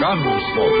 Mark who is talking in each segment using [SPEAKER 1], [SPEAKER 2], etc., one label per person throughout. [SPEAKER 1] Gunsmoke,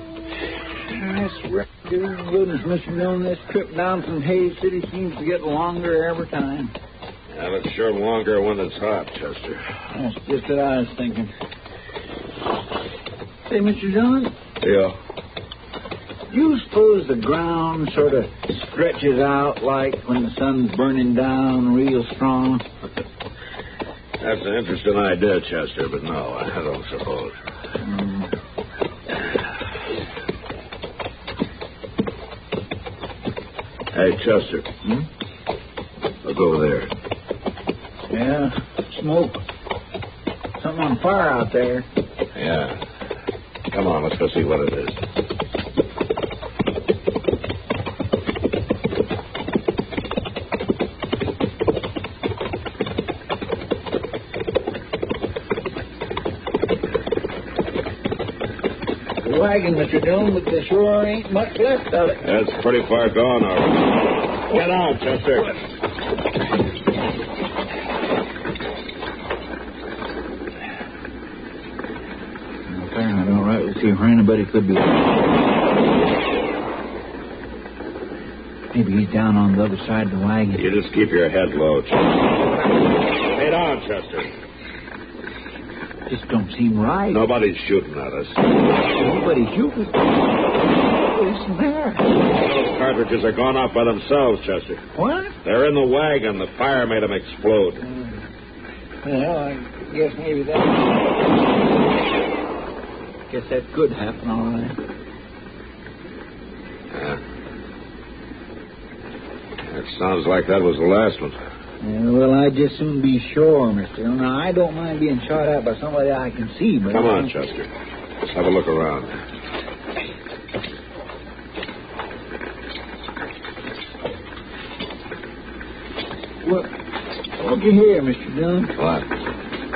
[SPEAKER 2] This regular goodness, Mr. Dillon, this trip down from Hayes City seems to get longer every time.
[SPEAKER 3] Well, it's sure longer when it's hot, Chester.
[SPEAKER 2] That's just what I was thinking. Say, Mr. Dillon,
[SPEAKER 3] Yeah.
[SPEAKER 2] do you suppose the ground sort of stretches out like when the sun's burning down real strong?
[SPEAKER 3] That's an interesting idea, Chester, but no, I don't suppose. Hey, Chester. Hmm? Look over there.
[SPEAKER 2] Yeah, smoke. Something on fire out there.
[SPEAKER 3] Yeah. Come on, let's go see what it is.
[SPEAKER 2] The wagon, Mr. Dillon, but there sure ain't much left of it.
[SPEAKER 3] That's pretty far gone already. Get on, Chester.
[SPEAKER 2] Apparently, all right. We'll see if anybody could be. Maybe he's down on the other side of the wagon.
[SPEAKER 3] You just keep your head low, Chester. Head on, Chester.
[SPEAKER 2] Just don't seem right.
[SPEAKER 3] Nobody's shooting at us.
[SPEAKER 2] Nobody shooting. Listen there.
[SPEAKER 3] Those cartridges are gone off by themselves, Chester.
[SPEAKER 2] What?
[SPEAKER 3] They're in the wagon. The fire made them explode.
[SPEAKER 2] Well, I guess maybe that. Guess that could happen, all right.
[SPEAKER 3] That sounds like that was the last one.
[SPEAKER 2] Yeah, well, I'd just soon be sure, Mister. Now, I don't mind being shot at by somebody I can see, but
[SPEAKER 3] Come
[SPEAKER 2] I-
[SPEAKER 3] on, Chester. Let's have a look around.
[SPEAKER 2] Look, look here, Mister Dillon.
[SPEAKER 3] What?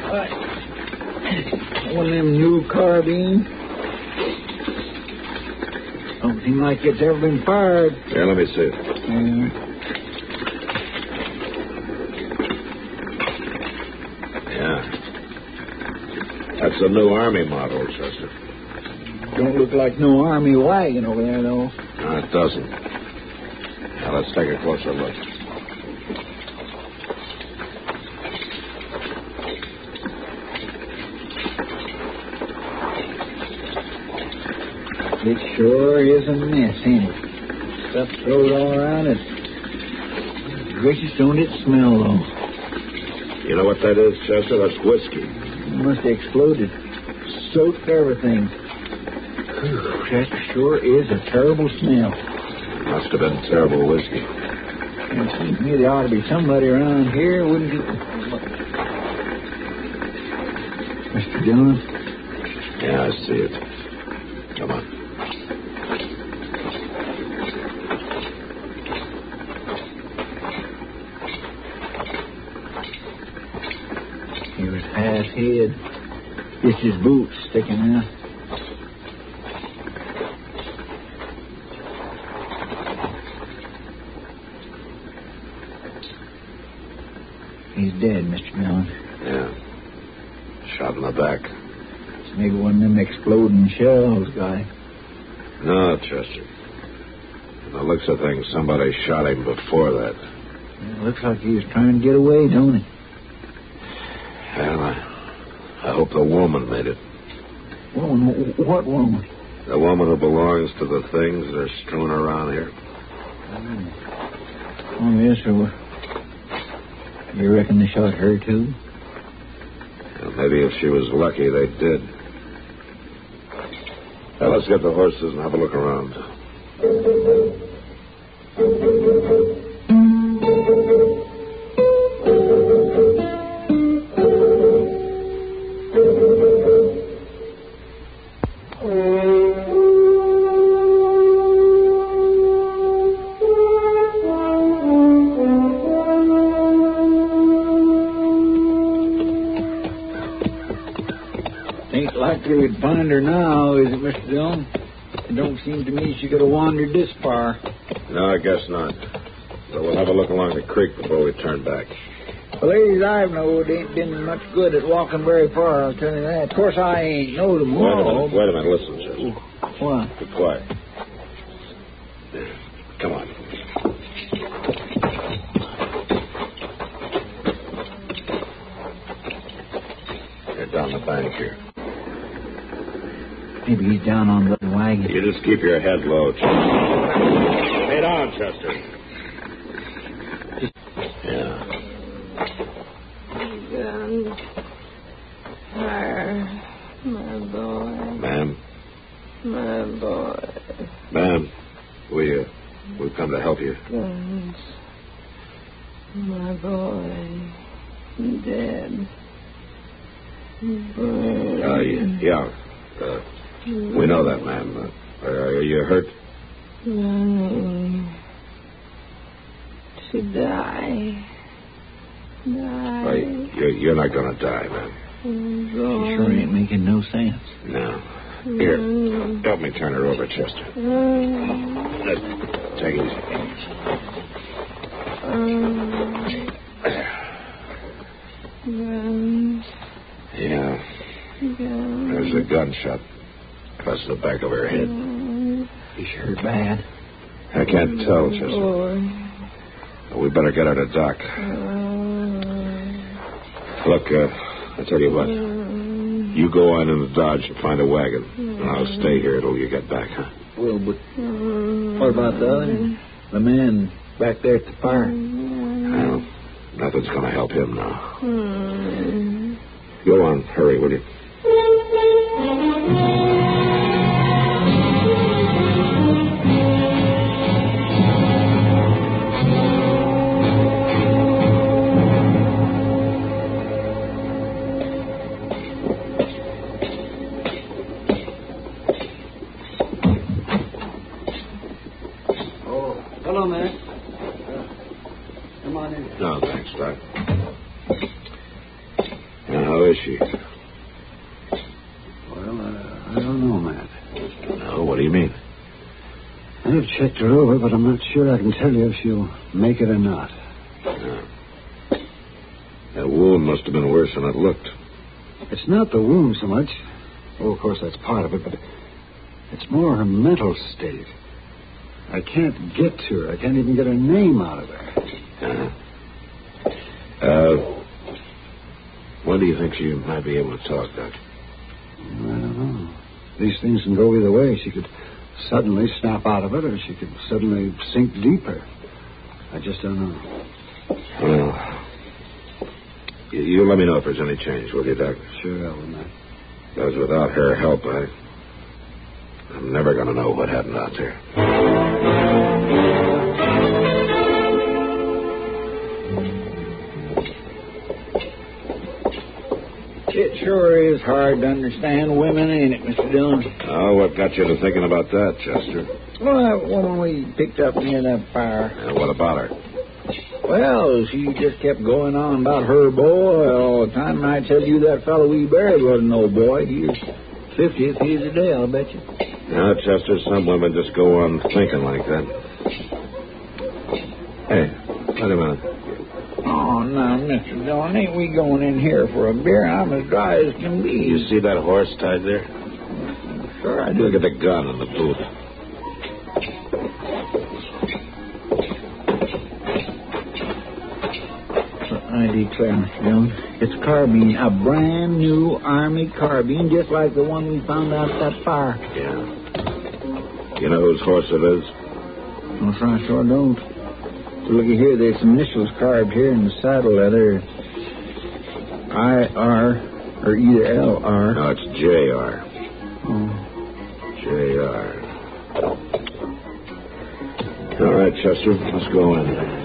[SPEAKER 2] What? One of them new carbines. Don't seem like it's ever been fired. Uh,
[SPEAKER 3] Here, let me see it.
[SPEAKER 2] Yeah.
[SPEAKER 3] Yeah. That's a new army model, Chester.
[SPEAKER 2] Don't look like no army wagon over there, though.
[SPEAKER 3] No, it doesn't. Now, let's take a closer look.
[SPEAKER 2] It sure is a mess, ain't it? Stuff thrown all around it. Gracious, don't it smell, though.
[SPEAKER 3] You know what that is, Chester? That's whiskey.
[SPEAKER 2] It must have exploded. Soaked everything. Whew, that sure is a terrible smell.
[SPEAKER 3] Must have been terrible whiskey.
[SPEAKER 2] It seems to me there ought to be somebody around here, wouldn't it? Mr. Dillon,
[SPEAKER 3] Yeah, I see it. Come on.
[SPEAKER 2] he was past head. Just his boots sticking out. He's dead, Mr. Dillon.
[SPEAKER 3] Yeah. Shot in the back.
[SPEAKER 2] It's maybe one of them exploding shells, guy.
[SPEAKER 3] No, Chester. From the looks of things, somebody shot him before that.
[SPEAKER 2] It looks like he was trying to get away, don't it?
[SPEAKER 3] Well, I, I hope the woman made it.
[SPEAKER 2] Woman, wh- what woman?
[SPEAKER 3] The woman who belongs to the things that are strewn around here.
[SPEAKER 2] Oh, yes, sir. Well, You reckon they shot her, too?
[SPEAKER 3] And maybe if she was lucky, they did. Now, let's get the horses and have a look around.
[SPEAKER 2] Ain't likely we'd find her now, is it, Mr. Dillon? It don't seem to me she could have wandered this far.
[SPEAKER 3] No, I guess not. But we'll have a look along the creek before we turn back.
[SPEAKER 2] The ladies I've knowed ain't been much good at walking very far, I'll tell you that. Of course, I ain't knowed them
[SPEAKER 3] Wait a
[SPEAKER 2] all.
[SPEAKER 3] minute. Wait a minute. Listen, Chester.
[SPEAKER 2] What?
[SPEAKER 3] Be quiet. Come on. You're down the bank here.
[SPEAKER 2] Maybe he's down on the wagon.
[SPEAKER 3] You just keep your head low, Chester. Lay down, Chester. Yeah.
[SPEAKER 4] Um, my, my boy,
[SPEAKER 3] Ma'am.
[SPEAKER 4] my boy,
[SPEAKER 3] Ma'am. We, uh, we've come to help you.
[SPEAKER 4] guns. My boy, dead. Boy.
[SPEAKER 3] Uh, y- yeah. Uh, we know that, ma'am. Uh, are you hurt?
[SPEAKER 4] Longing to die. Die.
[SPEAKER 3] Are you, you're, you're not going to die, ma'am.
[SPEAKER 4] My
[SPEAKER 2] It
[SPEAKER 4] boy.
[SPEAKER 2] sure ain't making no sense.
[SPEAKER 3] No. Here,
[SPEAKER 4] Mm.
[SPEAKER 3] help me turn her over, Chester.
[SPEAKER 4] Um,
[SPEAKER 3] Let, take it easy.
[SPEAKER 4] um, guns.
[SPEAKER 3] Yeah,
[SPEAKER 4] Guns.
[SPEAKER 3] there's a gunshot across the back of her head.
[SPEAKER 4] Mm. Guns.
[SPEAKER 2] He's hurt bad.
[SPEAKER 3] I can't tell, Chester.
[SPEAKER 4] Mm, Boy.
[SPEAKER 3] We better get her to Doc.
[SPEAKER 4] Um,
[SPEAKER 3] Look, uh, I tell you what.
[SPEAKER 4] um,
[SPEAKER 3] You go on in the Dodge and find a wagon. And I'll stay here till you get back, huh?
[SPEAKER 2] Well, but
[SPEAKER 4] um,
[SPEAKER 2] what about the other? The man back there at the fire.
[SPEAKER 4] Mm.
[SPEAKER 3] Well, nothing's going to help him now.
[SPEAKER 4] um,
[SPEAKER 3] Go on, hurry, will you?
[SPEAKER 2] Oh, hello, man. Uh, come on in.
[SPEAKER 3] No, thanks, Doc. Now, how is she?
[SPEAKER 2] Well, uh, I don't know, Matt.
[SPEAKER 3] No, what do you mean?
[SPEAKER 2] I've checked her over, but I'm not sure I can tell you if she'll make it or not.
[SPEAKER 3] Yeah. Uh, That wound must have been worse than it looked.
[SPEAKER 2] It's not the wound so much. Oh, of course, that's part of it, but it's more her mental state. I can't get to her. I can't even get her name out of her.
[SPEAKER 3] Uh-huh. Uh, when do you think she might be able to talk, Doc?
[SPEAKER 2] I don't know. These things can go either way. She could suddenly snap out of it, or she could suddenly sink deeper. I just don't know.
[SPEAKER 3] Well, you, you let me know if there's any change, will you, Doc?
[SPEAKER 2] Sure, Elvin. I-
[SPEAKER 3] Because without her help, I, I'm never going to know what happened out there.
[SPEAKER 2] It sure is hard to understand women, ain't it, Mr. Dillon?
[SPEAKER 3] Oh, what got you to thinking about that, Chester?
[SPEAKER 2] Well, that woman we picked up near that fire.
[SPEAKER 3] And Uh, what about her?
[SPEAKER 2] Well, she just kept going on about her boy all the time. And I tell you, that fellow we buried wasn't no boy. He was 50 if he is a day, I'll bet you.
[SPEAKER 3] No, Chester, some women just go on thinking like that. Hey, wait a minute.
[SPEAKER 2] Oh, now, Mr. Dillon, ain't we going in here for a beer? I'm as dry as can be.
[SPEAKER 3] You see that horse tied there? Sure, I do. Look at the gun in the boot.
[SPEAKER 2] I declare, Mr. Dillon,
[SPEAKER 5] It's carbine, a brand new Army carbine, just like the one we found out at that fire.
[SPEAKER 3] Yeah. You know whose horse it is?
[SPEAKER 5] Well, sir, I sure don't. But looky here, there's some initials carved here in the saddle leather. I R or either L R.
[SPEAKER 3] No, it's J.R.
[SPEAKER 5] Oh.
[SPEAKER 3] J.R. All right, Chester, let's go in.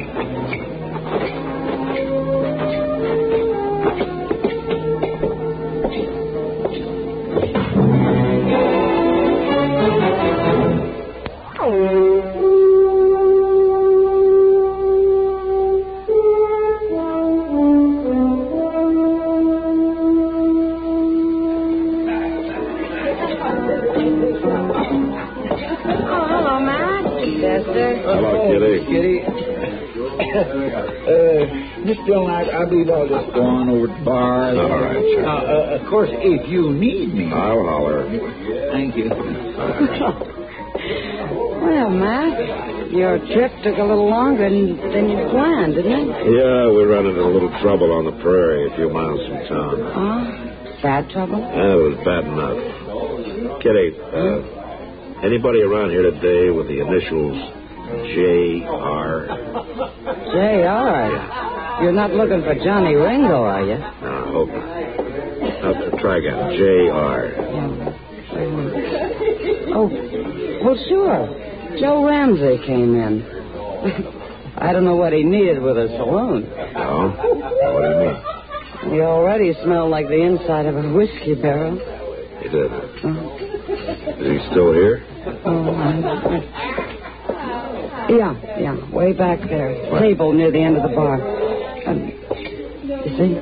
[SPEAKER 4] Oh, hello, Matt. Chester.
[SPEAKER 3] Hello, Kitty.
[SPEAKER 5] oh, Kitty. uh, Miss Dillon, I, I believe I'll just go on over to the bar.
[SPEAKER 3] All right, sure. Uh,
[SPEAKER 5] Now, uh, of course, if you need me.
[SPEAKER 3] I'll holler.
[SPEAKER 5] Thank you.
[SPEAKER 4] Well, Matt, your trip took a little longer than, than you planned, didn't it?
[SPEAKER 3] Yeah, we ran into a little trouble on the prairie a few miles from town.
[SPEAKER 4] Oh, bad trouble?
[SPEAKER 3] That was bad enough. Kitty, uh, anybody around here today with the initials J.R.?
[SPEAKER 4] J.R. You're not looking for Johnny Ringo, are you?
[SPEAKER 3] No, I hope not. Uh, try again. J.R.
[SPEAKER 4] Oh, well, sure. Joe Ramsey came in. I don't know what he needed with a saloon.
[SPEAKER 3] No? What do you mean?
[SPEAKER 4] He already smelled like the inside of a whiskey barrel. Uh,
[SPEAKER 3] He did. Is he still here?
[SPEAKER 4] Oh, I... Yeah, yeah, way back there. Table near the end of the bar. Um, you see?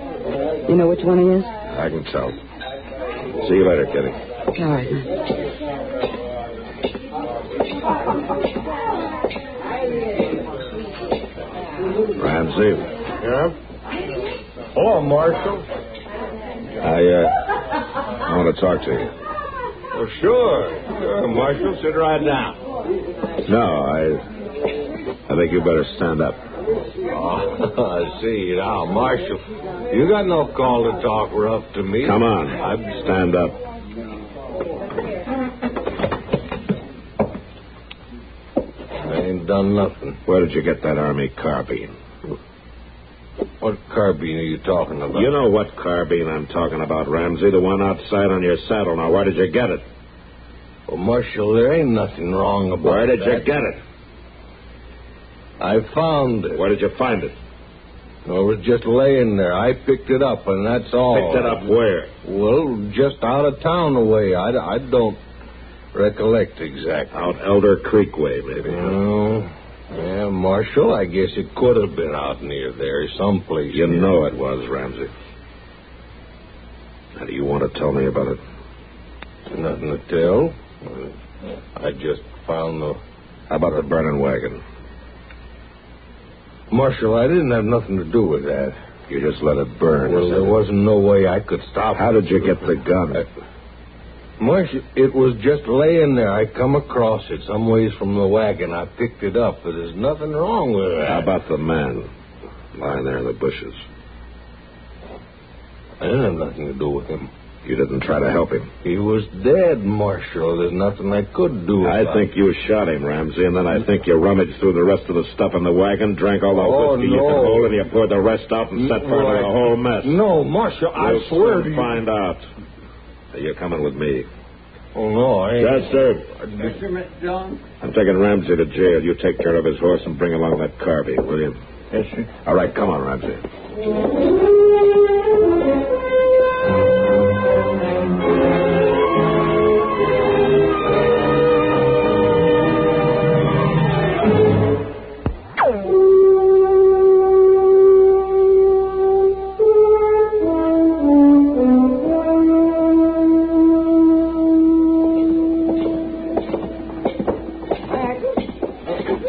[SPEAKER 4] You know which one he is?
[SPEAKER 3] I can tell. See you later, Kitty.
[SPEAKER 4] All right. Matt.
[SPEAKER 3] Ramsey.
[SPEAKER 6] Yeah? Hello, Marshal.
[SPEAKER 3] I, uh, I want to talk to you.
[SPEAKER 6] Oh, sure. Sure, Marshal. Sit right down.
[SPEAKER 3] No, I, I think you better stand up.
[SPEAKER 6] Oh, I see. Now, Marshal, you got no call to talk rough to me.
[SPEAKER 3] Come on,
[SPEAKER 6] I'm
[SPEAKER 3] stand up.
[SPEAKER 6] I ain't done nothing.
[SPEAKER 3] Where did you get that army carbine?
[SPEAKER 6] What carbine are you talking about?
[SPEAKER 3] You know what carbine I'm talking about, Ramsey? The one outside on your saddle. Now, where did you get it?
[SPEAKER 6] Well, Marshal, there ain't nothing wrong about
[SPEAKER 3] Where did you
[SPEAKER 6] that.
[SPEAKER 3] get it?
[SPEAKER 6] I found it.
[SPEAKER 3] Where did you find it?
[SPEAKER 6] No, it was just laying there. I picked it up, and that's all.
[SPEAKER 3] Picked it up where?
[SPEAKER 6] Well, just out of town away. I, I don't recollect exactly.
[SPEAKER 3] Out Elder Creek way, maybe.
[SPEAKER 6] Oh, yeah, Marshal, I guess it could have been out near there, someplace.
[SPEAKER 3] You know it was, Ramsey. Now, do you want to tell me about it?
[SPEAKER 6] Nothing to tell. I just found the.
[SPEAKER 3] How about the burning wagon?
[SPEAKER 6] Marshal, I didn't have nothing to do with that.
[SPEAKER 3] You just let it burn.
[SPEAKER 6] well,
[SPEAKER 3] is
[SPEAKER 6] there
[SPEAKER 3] it?
[SPEAKER 6] wasn't no way I could stop
[SPEAKER 3] How
[SPEAKER 6] it.
[SPEAKER 3] did you get the gun?
[SPEAKER 6] Marshal, it was just laying there. I come across it some ways from the wagon. I picked it up, but there's nothing wrong with it.
[SPEAKER 3] How about the man lying there in the bushes?
[SPEAKER 6] I didn't have nothing to do with him.
[SPEAKER 3] You didn't try to help him.
[SPEAKER 6] He was dead, Marshal. There's nothing I could do.
[SPEAKER 3] I
[SPEAKER 6] about
[SPEAKER 3] think you shot him, Ramsey, and then I think you rummaged through the rest of the stuff in the wagon, drank all the
[SPEAKER 6] Oh,
[SPEAKER 3] whiskey you
[SPEAKER 6] no.
[SPEAKER 3] could hold, and you poured the rest out and set fire to
[SPEAKER 6] Well, I-
[SPEAKER 3] the whole mess.
[SPEAKER 6] it. No, Marshal,
[SPEAKER 3] We'll
[SPEAKER 6] I swear to
[SPEAKER 3] soon
[SPEAKER 6] you.
[SPEAKER 3] find out. Now, You're coming with me.
[SPEAKER 6] Oh, no, I ain't.
[SPEAKER 3] Chester, I'm taking Ramsey to jail. You take care of his horse and bring along that carbine, will you?
[SPEAKER 5] Yes, sir.
[SPEAKER 3] All right, come on, Ramsey.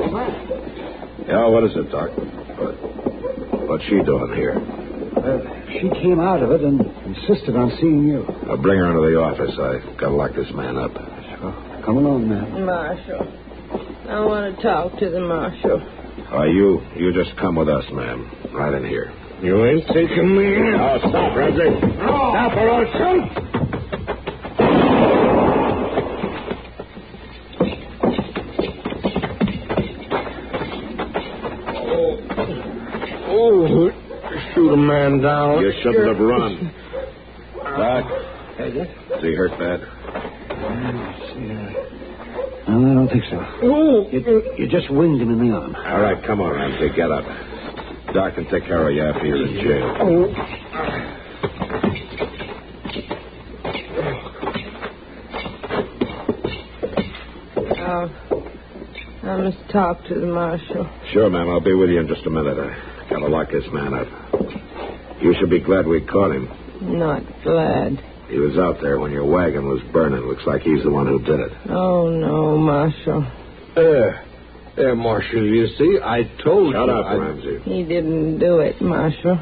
[SPEAKER 3] Yeah, what is it, Doc? What, what's she doing here?
[SPEAKER 2] Uh, she came out of it and insisted on seeing you.
[SPEAKER 3] Now bring her into the office. I've got to lock this man up.
[SPEAKER 2] Oh, come along, Matt.
[SPEAKER 4] Marshal. I want to talk to the marshal.
[SPEAKER 3] Uh, you, you just come with us, ma'am. Right in here.
[SPEAKER 7] You ain't taking me in.
[SPEAKER 3] Oh, stop, Ramsey. Stop or I'll shoot.
[SPEAKER 7] Oh, shoot a man down.
[SPEAKER 3] You shouldn't have run. Doc, is he hurt bad?
[SPEAKER 8] No, I don't think so.
[SPEAKER 7] Oh,
[SPEAKER 8] You, you just winged him in the arm.
[SPEAKER 3] All right, come on, Ramsey, get up. Doc can take care of you after you're in jail.
[SPEAKER 4] Uh, I must talk to the marshal.
[SPEAKER 3] Sure, ma'am, I'll be with you in just a minute. I gotta lock this man up. You should be glad we caught him.
[SPEAKER 4] Not glad.
[SPEAKER 3] He was out there when your wagon was burning. Looks like he's the one who did it.
[SPEAKER 4] Oh, no, marshal.
[SPEAKER 7] there. There, Marshal, you see, I told
[SPEAKER 3] Shut
[SPEAKER 7] you.
[SPEAKER 3] up,
[SPEAKER 7] I-
[SPEAKER 3] Ramsey.
[SPEAKER 4] He didn't do it, marshal.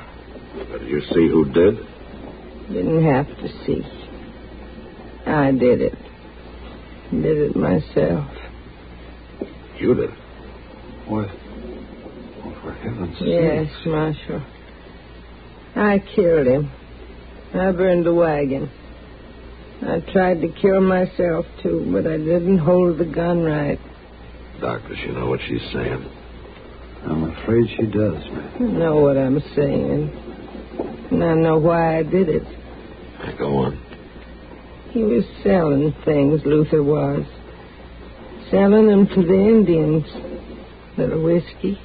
[SPEAKER 3] Did you see who did?
[SPEAKER 4] Didn't have to see. I did it. Did it myself.
[SPEAKER 3] You did.
[SPEAKER 8] What? Oh, for heaven's
[SPEAKER 4] Yes,
[SPEAKER 8] sake.
[SPEAKER 4] marshal. I killed him. I burned the wagon. I tried to kill myself, too, but I didn't hold the gun right.
[SPEAKER 3] Doc, does she know what she's saying?
[SPEAKER 8] I'm afraid she does, man.
[SPEAKER 4] I know what I'm saying. And I know why I did it.
[SPEAKER 3] Now, Go on.
[SPEAKER 4] He was selling things, Luther was. Selling them to the Indians. Little whiskey,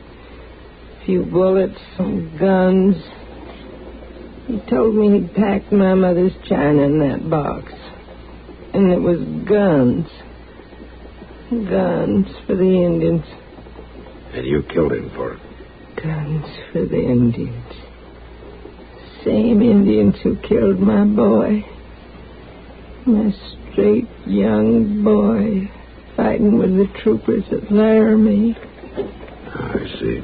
[SPEAKER 4] few bullets, some guns. He told me he'd packed my mother's china in that box. And it was guns. Guns for the Indians.
[SPEAKER 3] And you killed him for it.
[SPEAKER 4] Guns for the Indians. Same Indians who killed my boy. My straight young boy fighting with the troopers at Laramie.
[SPEAKER 3] Ah, I see.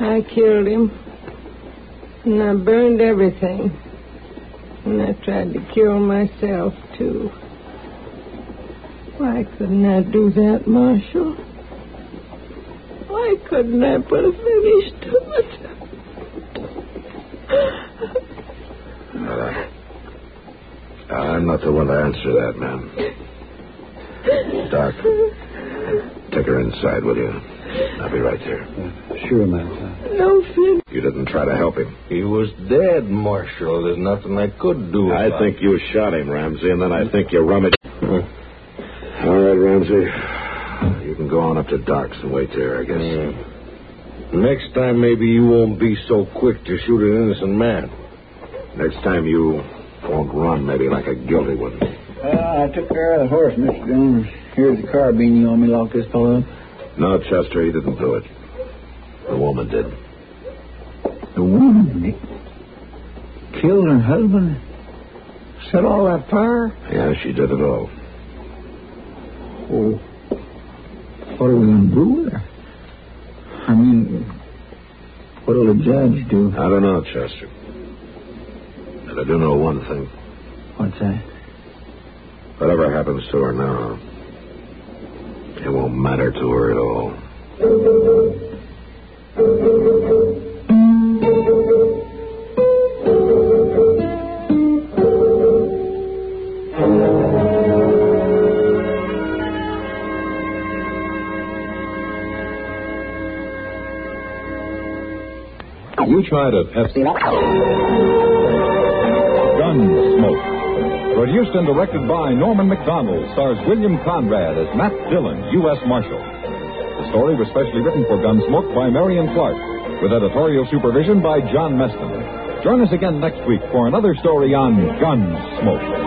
[SPEAKER 4] I killed him. And I burned everything. And I tried to kill myself, too. Why couldn't I do that, Marshal? Why couldn't I put a finish to it?
[SPEAKER 3] Now, that- Uh, I'm not the one to answer that, ma'am. Doc, take her inside, will you? I'll be right there.
[SPEAKER 8] Sure, man.
[SPEAKER 4] No finish.
[SPEAKER 3] You didn't try to help him.
[SPEAKER 7] He was dead, Marshal. There's nothing I could do.
[SPEAKER 3] I
[SPEAKER 7] about
[SPEAKER 3] think you shot him, Ramsey, and then I think you rummaged. All right, Ramsey. You can go on up to Doc's and wait there, I guess.
[SPEAKER 7] it. Next time, maybe you won't be so quick to shoot an innocent man.
[SPEAKER 3] Next time you won't run, maybe like a guilty one.
[SPEAKER 2] Uh, I took care of the horse, Mr. Jones. Here's the carbine you owe me. Lock this fellow up.
[SPEAKER 3] No, Chester, he didn't do it. The woman did.
[SPEAKER 2] The woman killed her husband. Set all that fire.
[SPEAKER 3] Yeah, she did it all.
[SPEAKER 2] Oh, what are we going to do with her? I mean, what'll the judge do?
[SPEAKER 3] I don't know, Chester. But I do know one thing.
[SPEAKER 2] What's that?
[SPEAKER 3] Whatever happens to her now, it won't matter to her at all.
[SPEAKER 6] You tried a Pepsi. Gunsmoke. Produced and directed by Norman McDonald, stars William Conrad as Matt Dillon, U.S. Marshal. The story was specially written for Gunsmoke by Marion Clark, with editorial supervision by John Meston. Join us again next week for another story on Gunsmoke.